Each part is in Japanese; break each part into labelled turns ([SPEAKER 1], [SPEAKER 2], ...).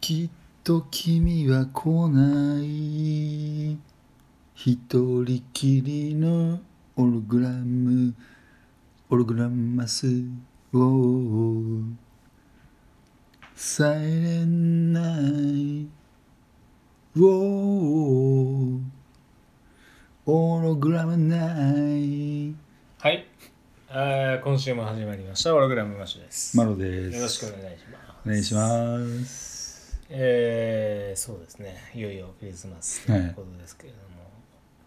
[SPEAKER 1] きっと君は来ない一人きりのオログラムオログラマスをサイレンナイをオログラムナイ
[SPEAKER 2] はい、えー、今週も始まりましたオログラムマッシュです、
[SPEAKER 1] マロです
[SPEAKER 2] よろしくお願いします
[SPEAKER 1] お願いします
[SPEAKER 2] えー、そうですねいよいよクリスマスと
[SPEAKER 1] はい
[SPEAKER 2] いうことですけれども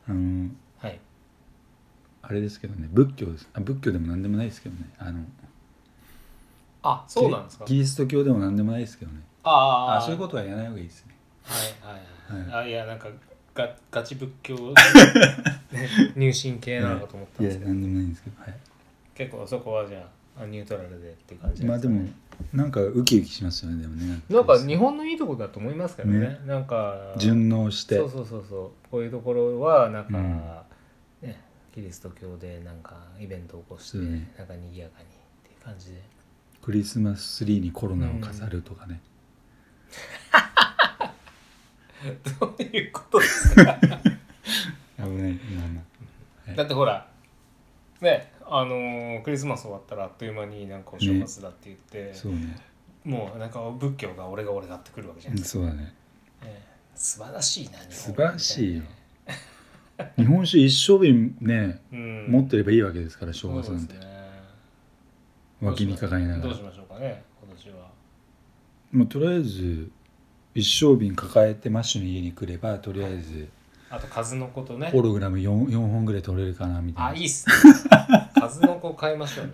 [SPEAKER 1] あの
[SPEAKER 2] はい、
[SPEAKER 1] あれですけどね仏教ですあ仏教でも何でもないですけどねあの
[SPEAKER 2] あそうなんですか
[SPEAKER 1] キリキリスト教でも何でもないですけどね
[SPEAKER 2] あ
[SPEAKER 1] あそういうこととは言わない方がいいですね
[SPEAKER 2] はいはい、
[SPEAKER 1] は
[SPEAKER 2] はい、あいやなんかガガチ仏教 入信系なのかと思ったん
[SPEAKER 1] い
[SPEAKER 2] で
[SPEAKER 1] や
[SPEAKER 2] すけど、
[SPEAKER 1] 何でもないんですけど、はい、
[SPEAKER 2] 結構そこはじゃあニュートラルでっていう感じ
[SPEAKER 1] ま
[SPEAKER 2] な
[SPEAKER 1] あ
[SPEAKER 2] ん
[SPEAKER 1] です
[SPEAKER 2] かね
[SPEAKER 1] もなんかウキウキしますよねでもね
[SPEAKER 2] なんか日本のいいとこだと思いますけどね
[SPEAKER 1] ね
[SPEAKER 2] なんか
[SPEAKER 1] 順応して
[SPEAKER 2] そうそうそうそうこういうところはなんか、
[SPEAKER 1] う
[SPEAKER 2] ねキリスト教でなんかイベントを起こして、
[SPEAKER 1] そうね
[SPEAKER 2] なんか賑やかにっていう感じで
[SPEAKER 1] クリスマスツリーにコロナを飾るとかね、
[SPEAKER 2] どういうことですか
[SPEAKER 1] 危ないまあま
[SPEAKER 2] だってほらねあのークリスマス終わったらあっという間になんかお正月だって言って、
[SPEAKER 1] あそうね
[SPEAKER 2] もうなんか仏教が俺が俺がってくるわけじゃ
[SPEAKER 1] う
[SPEAKER 2] なんいです
[SPEAKER 1] そうだね
[SPEAKER 2] か、ええ素晴らしいな
[SPEAKER 1] 素晴らしいよ
[SPEAKER 2] みたなね
[SPEAKER 1] 日本酒一生瓶ね、
[SPEAKER 2] うん、
[SPEAKER 1] 持ってればいいわけですから正月
[SPEAKER 2] そう
[SPEAKER 1] な
[SPEAKER 2] で
[SPEAKER 1] ん
[SPEAKER 2] す
[SPEAKER 1] て、
[SPEAKER 2] ね
[SPEAKER 1] 脇に抱えなが
[SPEAKER 2] どう
[SPEAKER 1] ら
[SPEAKER 2] しましょうかね今年は
[SPEAKER 1] もうとりあえず一生瓶抱えてマッシュの家に来ればとりあえず
[SPEAKER 2] あと数の子とね
[SPEAKER 1] ホログラム 4, 四本ぐらい取れるかなみたいな
[SPEAKER 2] あ、いい っすね。数の子買いましょうね。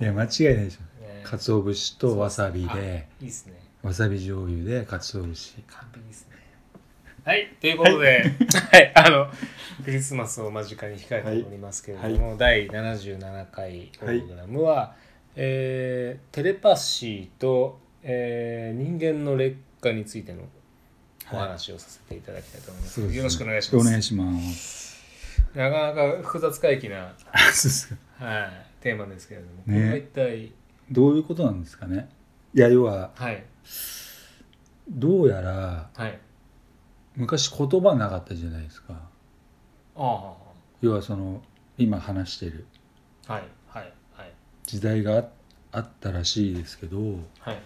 [SPEAKER 1] いや間違いないでしょ
[SPEAKER 2] いね
[SPEAKER 1] 鰹節とわさびで
[SPEAKER 2] いいっすね。
[SPEAKER 1] わさび醤油で鰹節
[SPEAKER 2] 完璧ですね。はい、ということで、 はい、あの、クリスマスを間近に控えておりますけれども、第77回プログラムは、えーテレパシーと、えー人間の劣化についてのお話をさせていただきたいと思います。
[SPEAKER 1] そうですね
[SPEAKER 2] よろしくお願いし
[SPEAKER 1] お
[SPEAKER 2] ます。
[SPEAKER 1] 願いします
[SPEAKER 2] なかなか複雑回帰な、
[SPEAKER 1] そうそう
[SPEAKER 2] はい、テーマですけれども、
[SPEAKER 1] ね
[SPEAKER 2] これは一体、
[SPEAKER 1] どういうことなんですかねいや要は
[SPEAKER 2] はい、
[SPEAKER 1] どうやら
[SPEAKER 2] はい。
[SPEAKER 1] 昔言葉なかったじゃないですか
[SPEAKER 2] あ
[SPEAKER 1] 要はその今話してる
[SPEAKER 2] あはいはいはい
[SPEAKER 1] 時代がああったらしいですけど
[SPEAKER 2] はい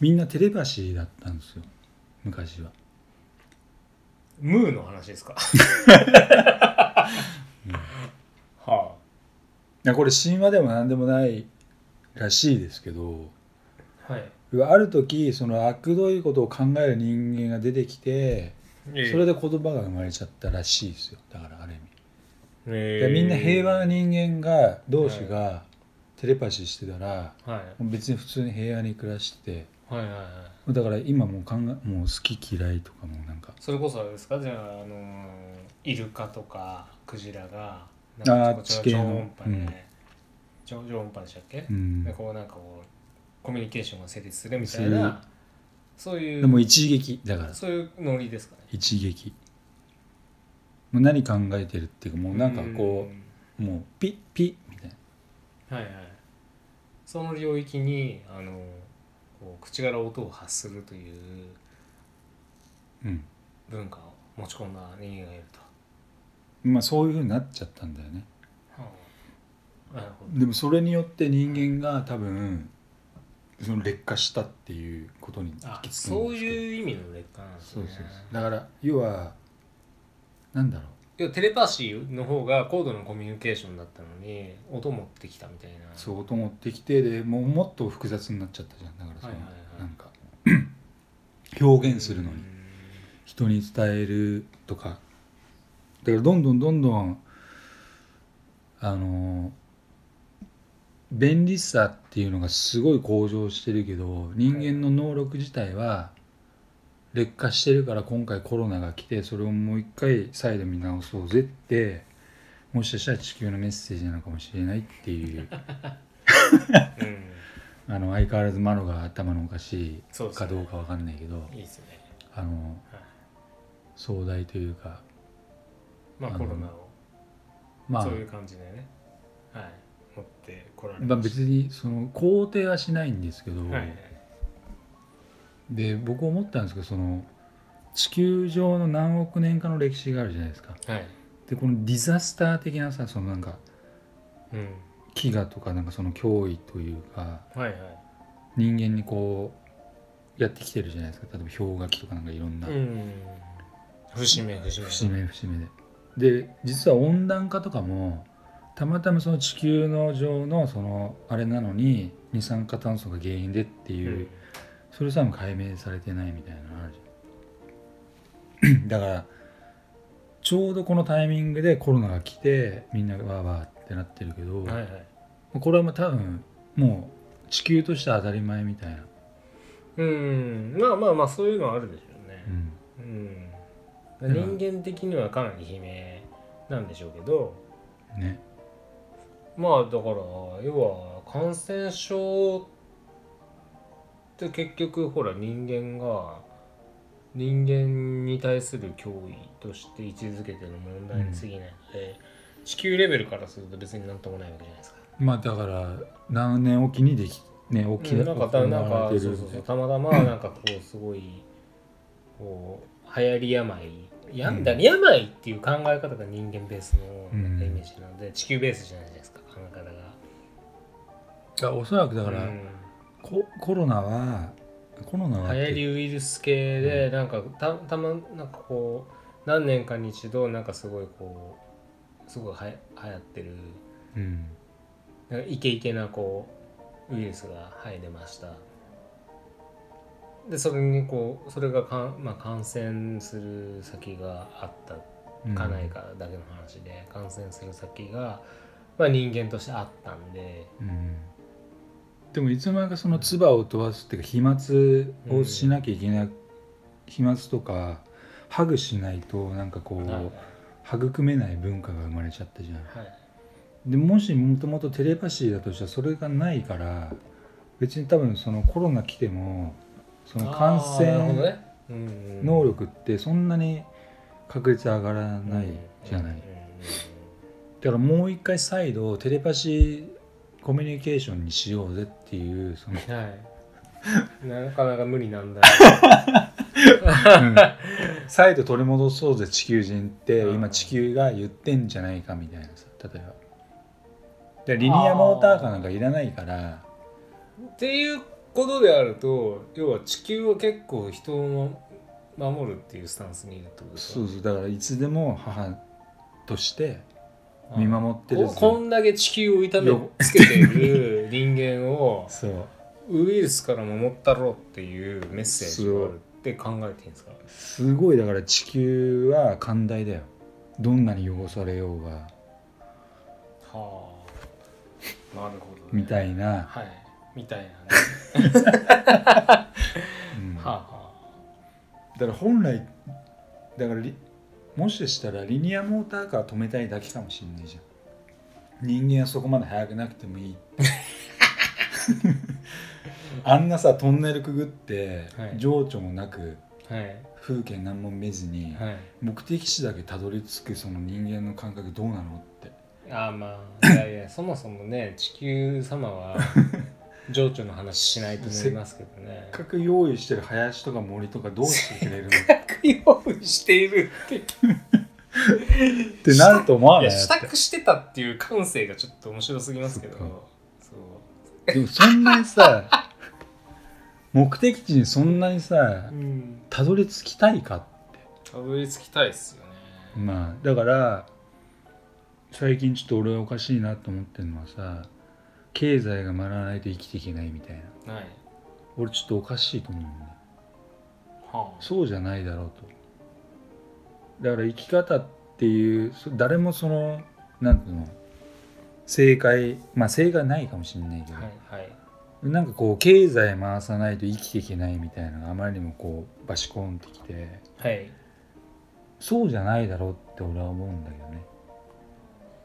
[SPEAKER 1] みんなテレパシーだったんですよ昔は
[SPEAKER 2] ムーの話 ですか、はい
[SPEAKER 1] やこれ神話でも何でもないらしいですけど
[SPEAKER 2] あはい
[SPEAKER 1] 要はある時その悪どいことを考える人間が出てきてそれ
[SPEAKER 2] で、
[SPEAKER 1] で言葉が生まれちゃったらしいですよだからある意味、
[SPEAKER 2] え
[SPEAKER 1] でみんな平和な人間が同士がテレパシーしてたら、
[SPEAKER 2] はい
[SPEAKER 1] もう別に普通に平和に暮らして
[SPEAKER 2] はいはいはい
[SPEAKER 1] てだから今もう考えもう好き嫌いとかもなんか
[SPEAKER 2] それこそあれですかじゃあ、あのーイルカとかクジラが
[SPEAKER 1] あ
[SPEAKER 2] な
[SPEAKER 1] ー
[SPEAKER 2] んかちょ
[SPEAKER 1] 地
[SPEAKER 2] こ
[SPEAKER 1] 形
[SPEAKER 2] ちょこ
[SPEAKER 1] の
[SPEAKER 2] 超音波
[SPEAKER 1] う
[SPEAKER 2] で、
[SPEAKER 1] ん
[SPEAKER 2] 超超音波でしたっけ、
[SPEAKER 1] うん
[SPEAKER 2] でこうなんかこうコミュニケーションが成立するみた
[SPEAKER 1] す
[SPEAKER 2] い
[SPEAKER 1] る
[SPEAKER 2] なそうい
[SPEAKER 1] で
[SPEAKER 2] う
[SPEAKER 1] も一撃だから
[SPEAKER 2] そういうノリですかね
[SPEAKER 1] 一撃もう何考えてるっていうかもうなんかこう、もうピッピッみたいな
[SPEAKER 2] はいはい、その領域にあのこう口から音を発するという
[SPEAKER 1] うん
[SPEAKER 2] 文化を持ち込んだ人間がいると。
[SPEAKER 1] まあそういうふうになっちゃったんだよね
[SPEAKER 2] なるほど
[SPEAKER 1] でもそれによって人間が多分その劣化したっていうことに
[SPEAKER 2] あ
[SPEAKER 1] 行き着く
[SPEAKER 2] そ
[SPEAKER 1] ん
[SPEAKER 2] う
[SPEAKER 1] ですけど
[SPEAKER 2] いう意味の劣化なんです
[SPEAKER 1] そう
[SPEAKER 2] ね
[SPEAKER 1] そうそうだから要はなんだろ
[SPEAKER 2] 要はテレパシーの方が高度なコミュニケーションだったのに音持ってきたみたいな
[SPEAKER 1] うそうと思ってきてでもうもっと複雑になっちゃったじゃんだからその、
[SPEAKER 2] はいはいはい
[SPEAKER 1] なんか 表現するのに人に伝えるとかだからどんどんどんどんあの便利さっていうのがすごい向上してるけど人間の能力自体は劣化してるから今回コロナが来てそれをもう一回再度見直そうぜってもしかしたら地球のメッセージなのかもしれないっていう
[SPEAKER 2] うんうん
[SPEAKER 1] あの相変わらずマロが頭のおかし
[SPEAKER 2] そうで
[SPEAKER 1] い
[SPEAKER 2] す
[SPEAKER 1] か
[SPEAKER 2] ね
[SPEAKER 1] どうかわかんないけど
[SPEAKER 2] いいですね
[SPEAKER 1] あの
[SPEAKER 2] はい
[SPEAKER 1] 壮大というか
[SPEAKER 2] まあ
[SPEAKER 1] あの
[SPEAKER 2] コロナを
[SPEAKER 1] まあ
[SPEAKER 2] そういう感じでねはい持ってこられ
[SPEAKER 1] まあ、
[SPEAKER 2] まし
[SPEAKER 1] 別にその肯定はしないんですけど、
[SPEAKER 2] たはいはい
[SPEAKER 1] で僕思ったんですけどその地球上の何億年かの歴史があるじゃないですか
[SPEAKER 2] はい
[SPEAKER 1] でこのディザスター的なさそのなんか
[SPEAKER 2] うん
[SPEAKER 1] 飢餓とかなんかその脅威というか
[SPEAKER 2] はいはい
[SPEAKER 1] 人間にこうやってきてるじゃないですか例えば氷河期とかなんかいろんな
[SPEAKER 2] うん節目節目
[SPEAKER 1] 節目節目でで実は温暖化とかもたまたまその地球の上のそのあれなのに二酸化炭素が原因でって
[SPEAKER 2] う
[SPEAKER 1] いう、
[SPEAKER 2] ん
[SPEAKER 1] それさえも解明されてないみたいなのあるじゃん だからちょうどこのタイミングでコロナが来てみんながわーわーってなってるけど、
[SPEAKER 2] はいはい
[SPEAKER 1] これはもう多分もう地球としては当たり前みたいな、
[SPEAKER 2] うんまあまあまあそういうのはあるでしょうね
[SPEAKER 1] うん
[SPEAKER 2] うん
[SPEAKER 1] うん
[SPEAKER 2] 人間的にはかなり悲鳴なんでしょうけど
[SPEAKER 1] ね
[SPEAKER 2] まあだから要は感染症って結局ほら人間が人間に対する脅威として位置づけてる問題に過ぎないので、地球レベルからすると別になんともないわけじゃないですか。
[SPEAKER 1] まあだから何年おきにできね大き
[SPEAKER 2] うんなんかたなんか
[SPEAKER 1] 行われて
[SPEAKER 2] そう
[SPEAKER 1] る
[SPEAKER 2] そう
[SPEAKER 1] みた
[SPEAKER 2] そ
[SPEAKER 1] いうな
[SPEAKER 2] たまた まなんかこうすごいこう流行り病病んだ、
[SPEAKER 1] うん
[SPEAKER 2] 病っていう考え方が人間ベースの
[SPEAKER 1] うん
[SPEAKER 2] なんかイメージなので、地球ベースじゃないですか考え方が。
[SPEAKER 1] だからおそらくだから、
[SPEAKER 2] うん
[SPEAKER 1] ココロナはコロナはっ
[SPEAKER 2] 流行り
[SPEAKER 1] て
[SPEAKER 2] ウイルス系でなんかたたまなんかこう何年かに一度なんかすごいこうすごいはや流行ってる
[SPEAKER 1] うん
[SPEAKER 2] なんかイケイケなこうウイルスが入れましたでそれにこうそれがかん、まあ、感染する先があった
[SPEAKER 1] うん
[SPEAKER 2] かないかだけの話で、感染する先が、まあ、人間としてあったんで
[SPEAKER 1] うんでもいつの間にかその唾を飛ばすっていうか飛沫をしなきゃいけない、飛沫とかハグしないとなんかこ
[SPEAKER 2] はいう
[SPEAKER 1] 育めない文化が生まれちゃったじゃん
[SPEAKER 2] はい
[SPEAKER 1] でもしもともとテレパシーだとしたらそれがないから別に多分そのコロナ来てもその感
[SPEAKER 2] あーなるほど
[SPEAKER 1] 染
[SPEAKER 2] ねうんうん
[SPEAKER 1] 能力ってそんなに確率上がらないじゃない、
[SPEAKER 2] うんうん
[SPEAKER 1] だからもう一回再度テレパシーコミュニケーションにしようぜっていうその
[SPEAKER 2] うんはい なかなか無理なんだ
[SPEAKER 1] 再度取り戻そうぜ地球人って
[SPEAKER 2] うん
[SPEAKER 1] 今地球が言ってんじゃないかみたいなさ例えばでリニアモーターカーなんかいらないから
[SPEAKER 2] っていうことであると要は地球は結構人を守るっていうスタンスにいるってことです
[SPEAKER 1] そ
[SPEAKER 2] か
[SPEAKER 1] うそうだからいつでも母として
[SPEAKER 2] あー
[SPEAKER 1] 見守ってる
[SPEAKER 2] ここんだけ地球を痛めつけてる人間を
[SPEAKER 1] そう
[SPEAKER 2] ウイルスから守ったろっていうメッセージがあるって考えていいんですか
[SPEAKER 1] すごいだから地球は寛大だよどんなに汚されようが
[SPEAKER 2] はあなるほど、
[SPEAKER 1] みたいな、
[SPEAKER 2] はいみたいなね
[SPEAKER 1] うん
[SPEAKER 2] はあは
[SPEAKER 1] だから本来だからリもしかしたらリニアモーターカー止めたいだけかもしんないじゃん人間はそこまで速くなくてもい いあんなさトンネルくぐって、
[SPEAKER 2] はい
[SPEAKER 1] 情緒もなく
[SPEAKER 2] あはい
[SPEAKER 1] 風景何も見ずに、
[SPEAKER 2] はい
[SPEAKER 1] 目的地だけたどり着くその人間の感覚どうなのって
[SPEAKER 2] あーまあいやいやそもそもね地球様は情緒の話しないと思いますけどね
[SPEAKER 1] せっかく用意してる林とか森とかどうしてくれる のっ
[SPEAKER 2] 用意しているって
[SPEAKER 1] てなると思わ
[SPEAKER 2] い
[SPEAKER 1] ない
[SPEAKER 2] や支度してたっていう感性がちょっと面白すぎますけど
[SPEAKER 1] そっか
[SPEAKER 2] そう
[SPEAKER 1] でもそんなにさ目的地にそんなにさ
[SPEAKER 2] うん
[SPEAKER 1] たどり着きたいか
[SPEAKER 2] たどり着きたいっすよね
[SPEAKER 1] まあだから最近ちょっと俺おかしいなと思ってるのはさ経済が回らないと生きていけないみたいな
[SPEAKER 2] はい
[SPEAKER 1] 俺ちょっとおかしいと思うんだよね
[SPEAKER 2] はあ
[SPEAKER 1] そうじゃないだろうとだから生き方っていうそ誰もそのなんていうの正解まあ正解ないかもしれないけど、
[SPEAKER 2] はいはい
[SPEAKER 1] なんかこう経済回さないと生きていけないみたいなのがあまりにもこうバシコンってきて
[SPEAKER 2] はい
[SPEAKER 1] そうじゃないだろうって俺は思うんだけどね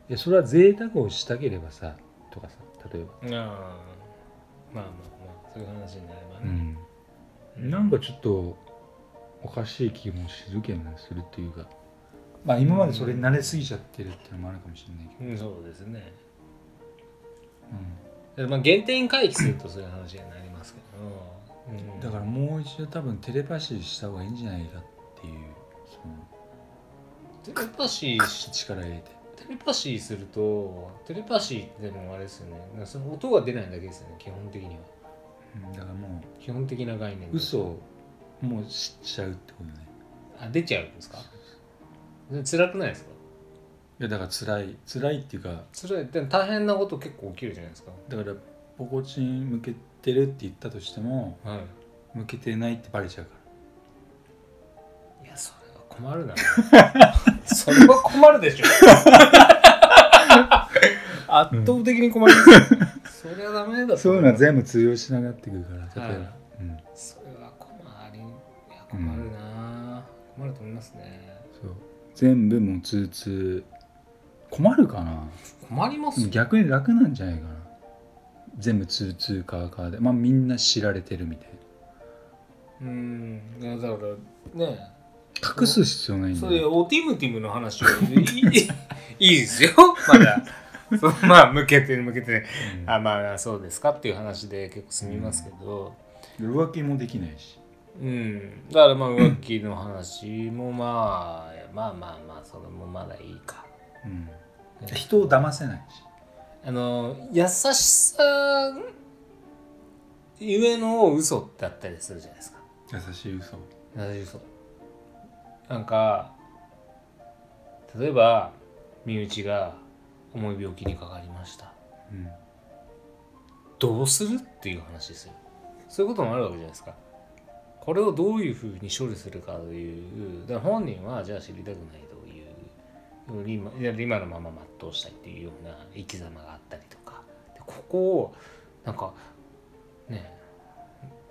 [SPEAKER 1] いやそれは贅沢をしたければさとかさ例えば、
[SPEAKER 2] あーまあまあまあそういう話になれば
[SPEAKER 1] う
[SPEAKER 2] ね、
[SPEAKER 1] ん、なんかちょっとおかしい気もするけどねするっていうかまあ今までそれに慣れすぎちゃってるっていうのもあるかもしれないけど、
[SPEAKER 2] うんそうですね
[SPEAKER 1] うん
[SPEAKER 2] でまあ、原点回帰するとそういう話になりますけど、うん
[SPEAKER 1] だからもう一度多分テレパシーした方がいいんじゃないかっていうその
[SPEAKER 2] テレパシーし
[SPEAKER 1] 力入れて
[SPEAKER 2] テレパシーするとテレパシーってでもあれですよねなんかその音が出ないだけですよね基本的には
[SPEAKER 1] うんだからも
[SPEAKER 2] 基本的な概念
[SPEAKER 1] う
[SPEAKER 2] で
[SPEAKER 1] 嘘をもう知っちゃうってことね
[SPEAKER 2] あ出ちゃうんですかで辛くないですか
[SPEAKER 1] いやだから辛い辛いっていうか
[SPEAKER 2] 辛いでも大変なこと結構起きるじゃないですか
[SPEAKER 1] だからポコチン向けてるって言ったとしても
[SPEAKER 2] はい
[SPEAKER 1] 向けてないってバレちゃうから
[SPEAKER 2] いやそれは困るな それは困るでしょ 圧倒的に困りますよ、それはダメだと思
[SPEAKER 1] そういうのは全部通用しなくなってくるから例えば、
[SPEAKER 2] はい
[SPEAKER 1] うん、
[SPEAKER 2] それは困りいや困るな、困ると思いますね
[SPEAKER 1] そう全部もう通通困るかな
[SPEAKER 2] 困りますよ
[SPEAKER 1] 逆に楽なんじゃないかな全部通通カーカーでまあみんな知られてるみたい
[SPEAKER 2] うんいやだからね
[SPEAKER 1] な隠す必要ないんだ
[SPEAKER 2] そ
[SPEAKER 1] よ
[SPEAKER 2] れオーティムティム の話はいいいいですよまだそうまあ向けて向けて
[SPEAKER 1] うん
[SPEAKER 2] あまあそうですかっていう話で結構済みますけど、
[SPEAKER 1] 浮気もできないし
[SPEAKER 2] うんだからまあ浮気の話もまあまあまあまあそれもまだいいか
[SPEAKER 1] うん人を騙せないし
[SPEAKER 2] あの優しさゆえの嘘だったりするじゃないですか
[SPEAKER 1] 優しい嘘
[SPEAKER 2] 優しい嘘なんか例えば身内が重い病気にかかりました
[SPEAKER 1] うん
[SPEAKER 2] どうするっていう話ですよそういうこともあるわけじゃないですかこれをどういうふうに処理するかというだから本人はじゃあ知りたくないという今いや今のまま全うしたいっていうような生き様があったりとかでここをなんかね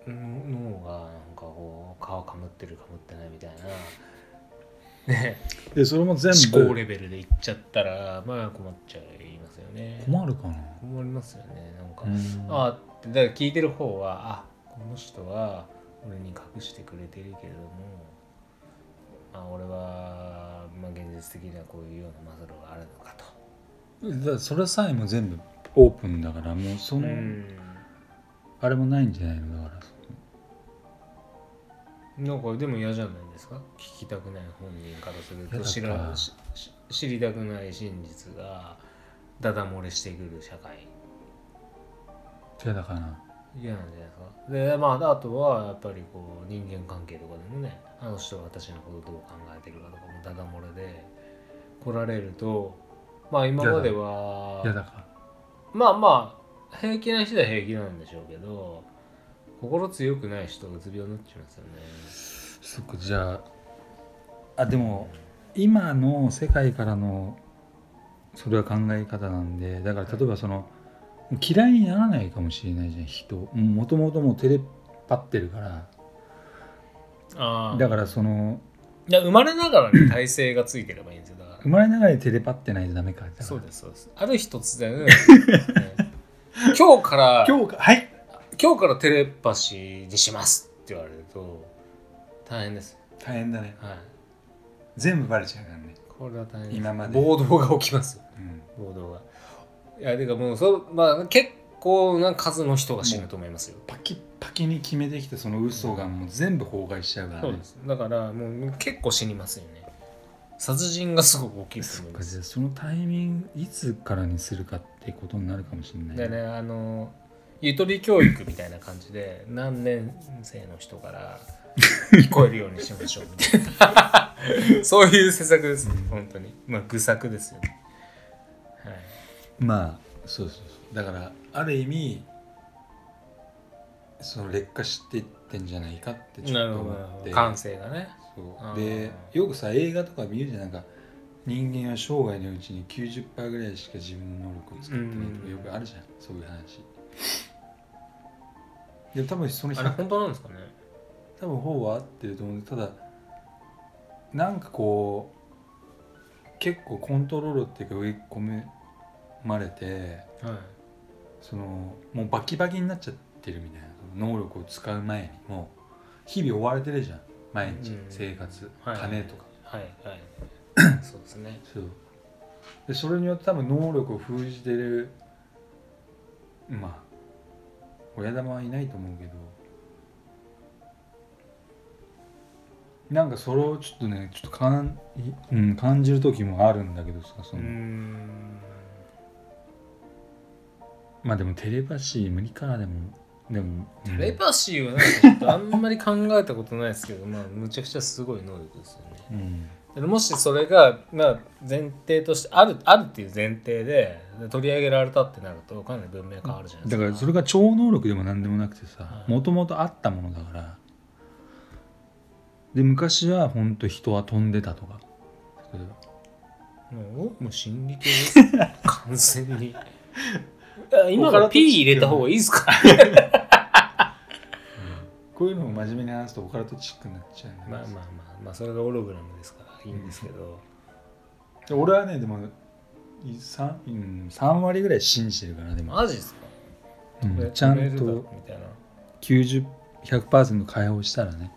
[SPEAKER 2] えん脳がなんかこう皮かむってるかむってないみたいな
[SPEAKER 1] でそれも全
[SPEAKER 2] 思考
[SPEAKER 1] 部
[SPEAKER 2] レベルでいっちゃったらまあ困っちゃいますよね
[SPEAKER 1] 困るかな
[SPEAKER 2] 困りますよねなんか、
[SPEAKER 1] うん
[SPEAKER 2] ああだから聞いてる方はあこの人は俺に隠してくれてるけれども、まあ、俺は、まあ、現実的にはこういうようなマズローがあるのかと。
[SPEAKER 1] だからそれさえも全部オープンだからもうその、あれもないんじゃないのだから
[SPEAKER 2] なんかでも嫌じゃないですか聞きたくない本人からする
[SPEAKER 1] 嫌だ
[SPEAKER 2] と
[SPEAKER 1] った
[SPEAKER 2] 知らしし知りたくない真実がダダ漏れしてくる社会
[SPEAKER 1] それだからな
[SPEAKER 2] 嫌なんじゃないですかでまああとはやっぱりこう人間関係とかでもねあの人は私のことどう考えてるかとかもダダ漏れで来られるとまあ今までは
[SPEAKER 1] 嫌だから
[SPEAKER 2] まあまあ平気な人は平気なんでしょうけど心強くない人がうつ病になっちゃいますよね
[SPEAKER 1] そっかじゃああでも今の世界からのそれは考え方なんでだから例えばその嫌いにならないかもしれないじゃん人もともともうテレパってるから
[SPEAKER 2] ああ
[SPEAKER 1] だからその
[SPEAKER 2] いや生まれながら に体勢がついてればいいんですよだか
[SPEAKER 1] 生まれながらにテレパってないとダメかだから
[SPEAKER 2] らそうですそうですある日突然、ね 今日から
[SPEAKER 1] 今日かはい
[SPEAKER 2] 今日からテレパシーにしますって言われると大変です、
[SPEAKER 1] 大変だね
[SPEAKER 2] はい、
[SPEAKER 1] 全部バレちゃうからね、
[SPEAKER 2] これは大変です
[SPEAKER 1] 今まで
[SPEAKER 2] 暴動が起きますよ
[SPEAKER 1] うん、
[SPEAKER 2] 暴動がいやてかもうそう、まあ、結構な数の人が死ぬと思いますよ
[SPEAKER 1] パキッパキに決めてきたその嘘がもう全部崩壊しちゃうから
[SPEAKER 2] そう
[SPEAKER 1] ね
[SPEAKER 2] ですだからもう結構死にますよね殺人がすごく起きると
[SPEAKER 1] そっ
[SPEAKER 2] 思いま
[SPEAKER 1] か
[SPEAKER 2] す
[SPEAKER 1] じゃあそのタイミングいつからにするかってことになるかもしれない
[SPEAKER 2] でねあのゆとり教育みたいな感じで何年生の人から 聞こえるようにしましょうみたいな そういう施策です本当にまあ愚策ですよねはい
[SPEAKER 1] まあそうそうそうだからある意味その劣化していってんじゃないかってちょっと思って
[SPEAKER 2] 感性がね
[SPEAKER 1] そう
[SPEAKER 2] あ
[SPEAKER 1] で
[SPEAKER 2] ー
[SPEAKER 1] よくさ映画とか見るじゃんなんか人間は生涯のうちに90%ぐらいしか自分の能力を使ってないと
[SPEAKER 2] うんうんう
[SPEAKER 1] か
[SPEAKER 2] ん
[SPEAKER 1] よくあるじゃんそういう話で多分その
[SPEAKER 2] あれ
[SPEAKER 1] 100
[SPEAKER 2] 本当なんですかね
[SPEAKER 1] 多分方は合ってると思うんでただなんかこう結構コントロールっていうか追い込まれて
[SPEAKER 2] はい
[SPEAKER 1] そのもうバキバキになっちゃってるみたいなその能力を使う前にもう日々追われてるじゃん毎日
[SPEAKER 2] うん
[SPEAKER 1] 生活、
[SPEAKER 2] はい
[SPEAKER 1] 金とか、
[SPEAKER 2] はいはい そうですね
[SPEAKER 1] そうでそれによって多分能力を封じてるまあ親玉はいないと思うけどなんかそれをちょっとねちょっとかん、いうん、感じる時もあるんだけどさその、
[SPEAKER 2] ん
[SPEAKER 1] まあでもテレパシー無理かでもでも
[SPEAKER 2] テレパシーはなんかちょっとあんまり考えたことないですけどまあむちゃくちゃすごい能力ですよね
[SPEAKER 1] うん
[SPEAKER 2] でもしそれが、まあ、前提としてあるあるっていう前提でで取り上げられたってなるとかなり文明変わるじゃない
[SPEAKER 1] だ
[SPEAKER 2] です
[SPEAKER 1] か
[SPEAKER 2] か。
[SPEAKER 1] らそれが超能力でも何でもなくてさ
[SPEAKER 2] はい
[SPEAKER 1] もともとあったものだからで昔はほんと人は飛んでたとか例えば
[SPEAKER 2] もうもう心理系 ですよ完全に。あ今から P 入れた方がいいですか
[SPEAKER 1] こういうのを真面目に話すとオカルトチックになっちゃうね
[SPEAKER 2] まあまあまあまあそれがオログラムですからいいんですけど。
[SPEAKER 1] で俺はねでも 3, うん3割ぐらい信じてるからでも、
[SPEAKER 2] マジですか、
[SPEAKER 1] うん
[SPEAKER 2] これ
[SPEAKER 1] ちゃ
[SPEAKER 2] メー
[SPEAKER 1] ん
[SPEAKER 2] ルだ
[SPEAKER 1] と
[SPEAKER 2] みたいな。
[SPEAKER 1] 90100%解放したらね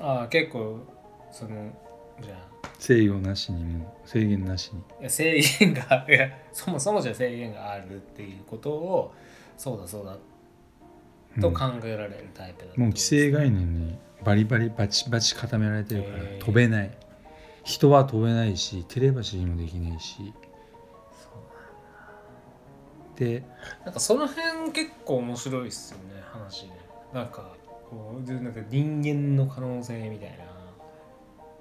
[SPEAKER 2] ああ結構そのじゃあ
[SPEAKER 1] 制御なしにもう制限なしに
[SPEAKER 2] いや制限が いやそもそもじゃあ制限があるっていうことをそうだそうだと考えられるタイプだと
[SPEAKER 1] もう規制概念にバリバリバチバチ固められてるから
[SPEAKER 2] へー
[SPEAKER 1] 飛べない人は飛べないしテレパシーもできないしで
[SPEAKER 2] なんかその辺結構面白いっすよね話ねなんかこうでなんか人間の可能性みたい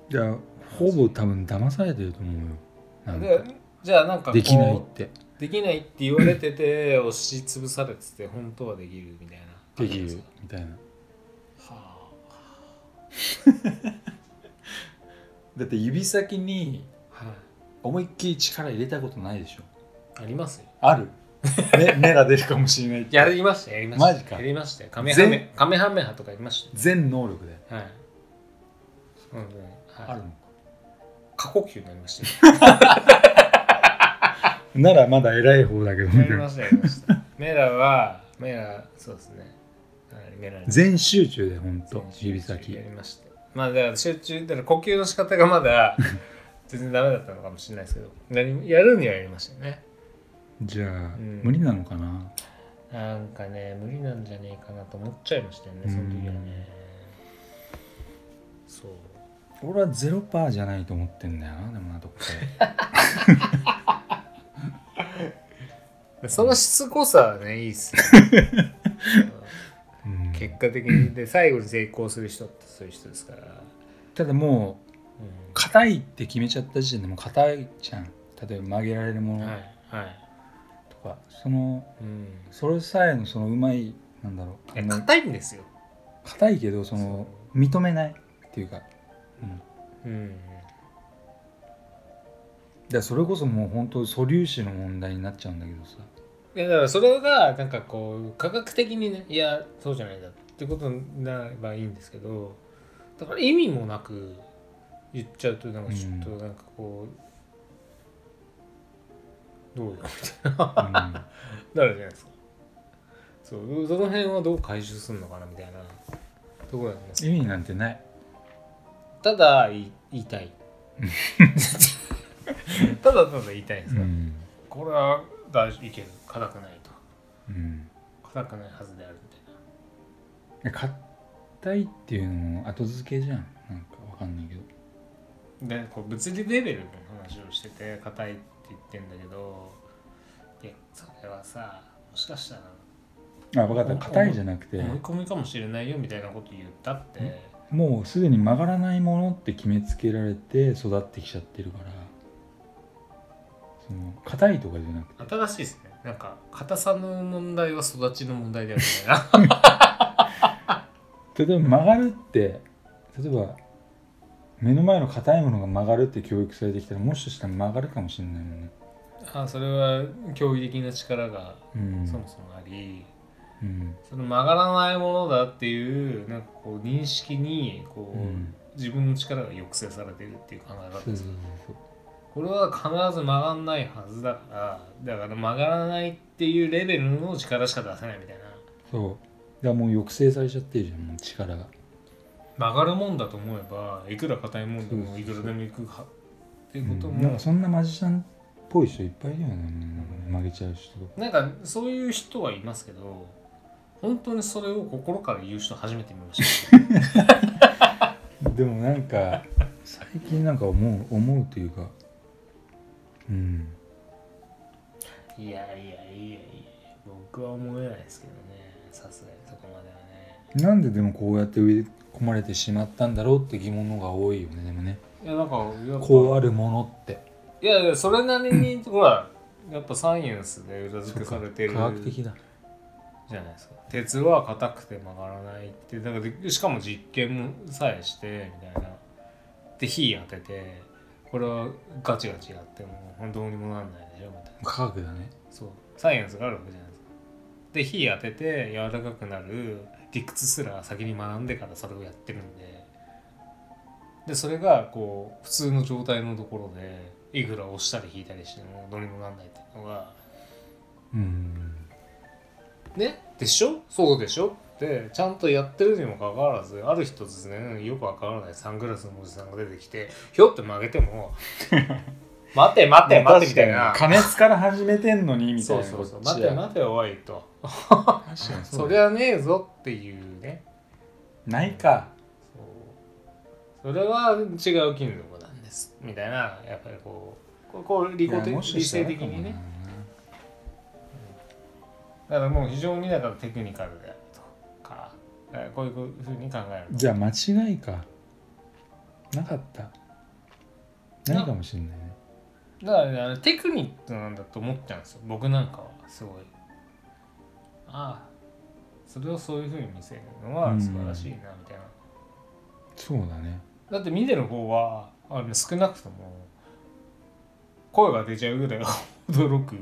[SPEAKER 1] いやほぼ多分騙されてると思うよな
[SPEAKER 2] なんで
[SPEAKER 1] か
[SPEAKER 2] じゃあなんかこう
[SPEAKER 1] できないって
[SPEAKER 2] できないって言われてて 押しつぶされてて本当はできるみたいな
[SPEAKER 1] できるみたいな
[SPEAKER 2] は
[SPEAKER 1] だって指先に
[SPEAKER 2] あ、はい、
[SPEAKER 1] 思いっきり力入れたことないでしょ
[SPEAKER 2] ありますよ
[SPEAKER 1] あ る目目が出るかもしれないって
[SPEAKER 2] やりましたやりまし
[SPEAKER 1] マ
[SPEAKER 2] た
[SPEAKER 1] ジか
[SPEAKER 2] やりましたよカメハメ
[SPEAKER 1] 全
[SPEAKER 2] カメハメハとかやりまし
[SPEAKER 1] 全能力で
[SPEAKER 2] たよはい、うんうん
[SPEAKER 1] あ
[SPEAKER 2] は
[SPEAKER 1] る
[SPEAKER 2] い、
[SPEAKER 1] のか
[SPEAKER 2] 過呼吸になりましたよ
[SPEAKER 1] ならまだ偉い方だけど
[SPEAKER 2] やりましたやりましたメラはメラそうですねはいメラに
[SPEAKER 1] 全集中でほんと
[SPEAKER 2] 全集中
[SPEAKER 1] 指先
[SPEAKER 2] やりましたまあだから集中だから呼吸の仕方がま だ全然ダメだったのかもしれないですけど何やるにはやりましたよね
[SPEAKER 1] じゃあ、
[SPEAKER 2] うん
[SPEAKER 1] 無理なのかな
[SPEAKER 2] なんかね無理なんじゃねえかなと思っちゃいましたよねその時はねそう
[SPEAKER 1] 俺はゼロパーじゃないと思ってんだよなでもなとこ
[SPEAKER 2] でそのしつこさはねいいっすね
[SPEAKER 1] で、うん
[SPEAKER 2] 結果的にで最後に成功する人ってそういう人ですから、
[SPEAKER 1] ただもう
[SPEAKER 2] う
[SPEAKER 1] 硬いって決めちゃった時点でもう硬いじゃん例えば曲げられるも
[SPEAKER 2] ん、は
[SPEAKER 1] の
[SPEAKER 2] いはい、
[SPEAKER 1] とか、その
[SPEAKER 2] うん
[SPEAKER 1] それさえのそのうまいなんだろう
[SPEAKER 2] いや
[SPEAKER 1] あの
[SPEAKER 2] 硬いんですよ、
[SPEAKER 1] 硬いけどその認めないっていうか、うん、だか
[SPEAKER 2] うん、
[SPEAKER 1] らそれこそもう本当素粒子の問題になっちゃうんだけどさ
[SPEAKER 2] いやだからそれがなんかこう科学的にねいやそうじゃないんだってことになればいいんですけどだから意味もなく言っちゃうとなんかちょっと
[SPEAKER 1] う
[SPEAKER 2] なんかこう、どう
[SPEAKER 1] う
[SPEAKER 2] よ
[SPEAKER 1] ん
[SPEAKER 2] なるじゃないですかそうその辺はどう回収するのかなみたいなところなんです
[SPEAKER 1] 意味なんてない
[SPEAKER 2] ただい言いたいただただ言いたいんです
[SPEAKER 1] う
[SPEAKER 2] か、
[SPEAKER 1] ん、
[SPEAKER 2] これは大事いける硬くないと
[SPEAKER 1] うん、
[SPEAKER 2] 硬くないはずであるみたいな
[SPEAKER 1] で硬いっていうのも後付けじゃんなんかわかんないけど
[SPEAKER 2] でこう物理レベルの話をしてて硬いって言ってんだけどいやそれはさもしかしたら
[SPEAKER 1] あ分かった硬いじゃなくて
[SPEAKER 2] 思い込みかもしれないよみたいなこと言ったって、
[SPEAKER 1] もうすでに曲がらないものって決めつけられて育ってきちゃってるからその硬いとかじゃなくて
[SPEAKER 2] 新しいですねなんか硬さの問題は育ちの問題であるみたいな
[SPEAKER 1] 例えば曲がるって例えば目の前の硬いものが曲がるって教育されてきたらもしかしたら曲がるかもしれないもんね、
[SPEAKER 2] あそれは驚異的な力が
[SPEAKER 1] うん
[SPEAKER 2] そもそもあり、
[SPEAKER 1] うん
[SPEAKER 2] その曲がらないものだっていうなんかこう認識にこう、
[SPEAKER 1] うん
[SPEAKER 2] 自分の力が抑制されてるっていう考え
[SPEAKER 1] そ
[SPEAKER 2] 方
[SPEAKER 1] うそう
[SPEAKER 2] です
[SPEAKER 1] そうそう
[SPEAKER 2] これは必ず曲がんないはずだからだから曲がらないっていうレベルの力しか出せないみたいな
[SPEAKER 1] そうだからもう抑制されちゃってるじゃんもう力が
[SPEAKER 2] 曲がるもんだと思えばいくら硬いもんでもいくらでもいくはっていうこと
[SPEAKER 1] うんなん
[SPEAKER 2] も
[SPEAKER 1] かそんなマジシャンっぽい人いっぱいいるよねなんかね曲げちゃう人とか
[SPEAKER 2] なんかそういう人はいますけど本当にそれを心から言う人初めて見ま した、
[SPEAKER 1] でもなん か最近なんか思う思うというかうん
[SPEAKER 2] いやいやいやいや僕は思えないですけどねさすがにそこまではね
[SPEAKER 1] なんででもこうやって植え込まれてしまったんだろうって疑問の方が多いよねでもね
[SPEAKER 2] いやなんかやっぱ
[SPEAKER 1] こうあるものって
[SPEAKER 2] いやいやそれなりにほらやっぱサイエンスで裏付けされてる
[SPEAKER 1] 科学的だ
[SPEAKER 2] じゃないですか鉄は硬くて曲がらないってだからでしかも実験もさえしてみたいなで火当ててこれはガチガチやってもどうにもなんないでしょみたいな
[SPEAKER 1] 科学だね
[SPEAKER 2] そうサイエンスがあるわけじゃないですかで火当てて柔らかくなる理屈すら先に学んでからそれをやってるんででそれがこう普通の状態のところでいくら押したり引いたりしてもどうにもなんないっていうのが
[SPEAKER 1] うん
[SPEAKER 2] ねでしょそうでしょってちゃんとやってるにもかかわらずある日突然よくわからないサングラスのおじさんが出てきてひょって曲げても「待て待て待て」みたいな
[SPEAKER 1] 確かに加熱から始めてんのにみたい
[SPEAKER 2] そう
[SPEAKER 1] な
[SPEAKER 2] そうそう「
[SPEAKER 1] こっ
[SPEAKER 2] 待
[SPEAKER 1] ち
[SPEAKER 2] て
[SPEAKER 1] は
[SPEAKER 2] 待ておい」と
[SPEAKER 1] 確かに
[SPEAKER 2] 「
[SPEAKER 1] そう
[SPEAKER 2] そ
[SPEAKER 1] だ
[SPEAKER 2] りゃねえぞ」っていうね
[SPEAKER 1] ないか
[SPEAKER 2] そうそれは違う金属なんですみたいなやっぱりこうこうこう理
[SPEAKER 1] い
[SPEAKER 2] 性
[SPEAKER 1] やもしか
[SPEAKER 2] 理
[SPEAKER 1] したら
[SPEAKER 2] 性的にねだからもう非常にだからテクニカルであるとかだからこういうふうに考えると
[SPEAKER 1] じゃあ間違いかなかったないかもしれないね
[SPEAKER 2] だからねあのテクニックなんだと思っちゃうんですよ僕なんかはすごいああそれをそういうふうに見せるのは素晴らしいなみたいな、
[SPEAKER 1] そうだね
[SPEAKER 2] だって見てる方はあの少なくとも声が出ちゃうぐらい 驚く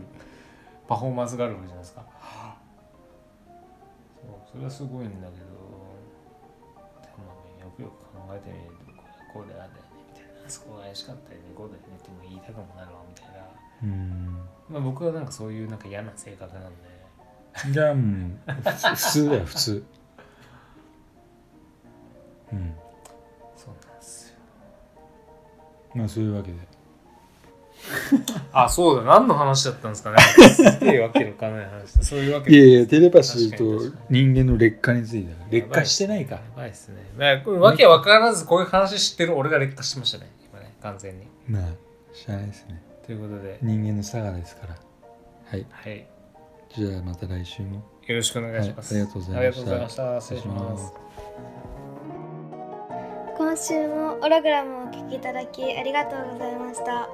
[SPEAKER 2] パフォーマンスがあるわけじゃないですかそうそれはすごいんだけどでもよくよく考えてみるとこれこうであんだよねみたいなそこが怪しかったよねこうだよねっても言いたくもなるわみたいな
[SPEAKER 1] うん
[SPEAKER 2] まあ、僕はなんかそういうなんか嫌な性格なんで
[SPEAKER 1] じゃあもうふつ普通だよ普通うん
[SPEAKER 2] そうなんですよ
[SPEAKER 1] まあそういうわけで
[SPEAKER 2] あそうだ何の話だったんですかね すげえわけのわかんない話だそういうわけ
[SPEAKER 1] いやいやテレパシー
[SPEAKER 2] 確かに
[SPEAKER 1] と
[SPEAKER 2] 確か
[SPEAKER 1] 人間の劣化についてだ劣化してないか
[SPEAKER 2] やばいっすねまあこれわけわからずこういう話してる俺が劣化してましたね今ね完全に
[SPEAKER 1] まあしゃあないですね
[SPEAKER 2] ということで
[SPEAKER 1] 人間の差がですからはい
[SPEAKER 2] はい
[SPEAKER 1] じゃあまた来週も
[SPEAKER 2] よろしくお願いします、
[SPEAKER 1] はいありがとうございました
[SPEAKER 2] ありがとうございました失礼します
[SPEAKER 3] 今週もオログラムをお聴きいただきありがとうございました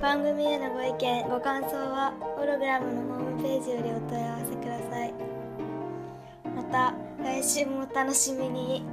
[SPEAKER 3] 番組へのご意見ご感想はオログラムのホームページよりお問い合わせくださいまた来週もお楽しみに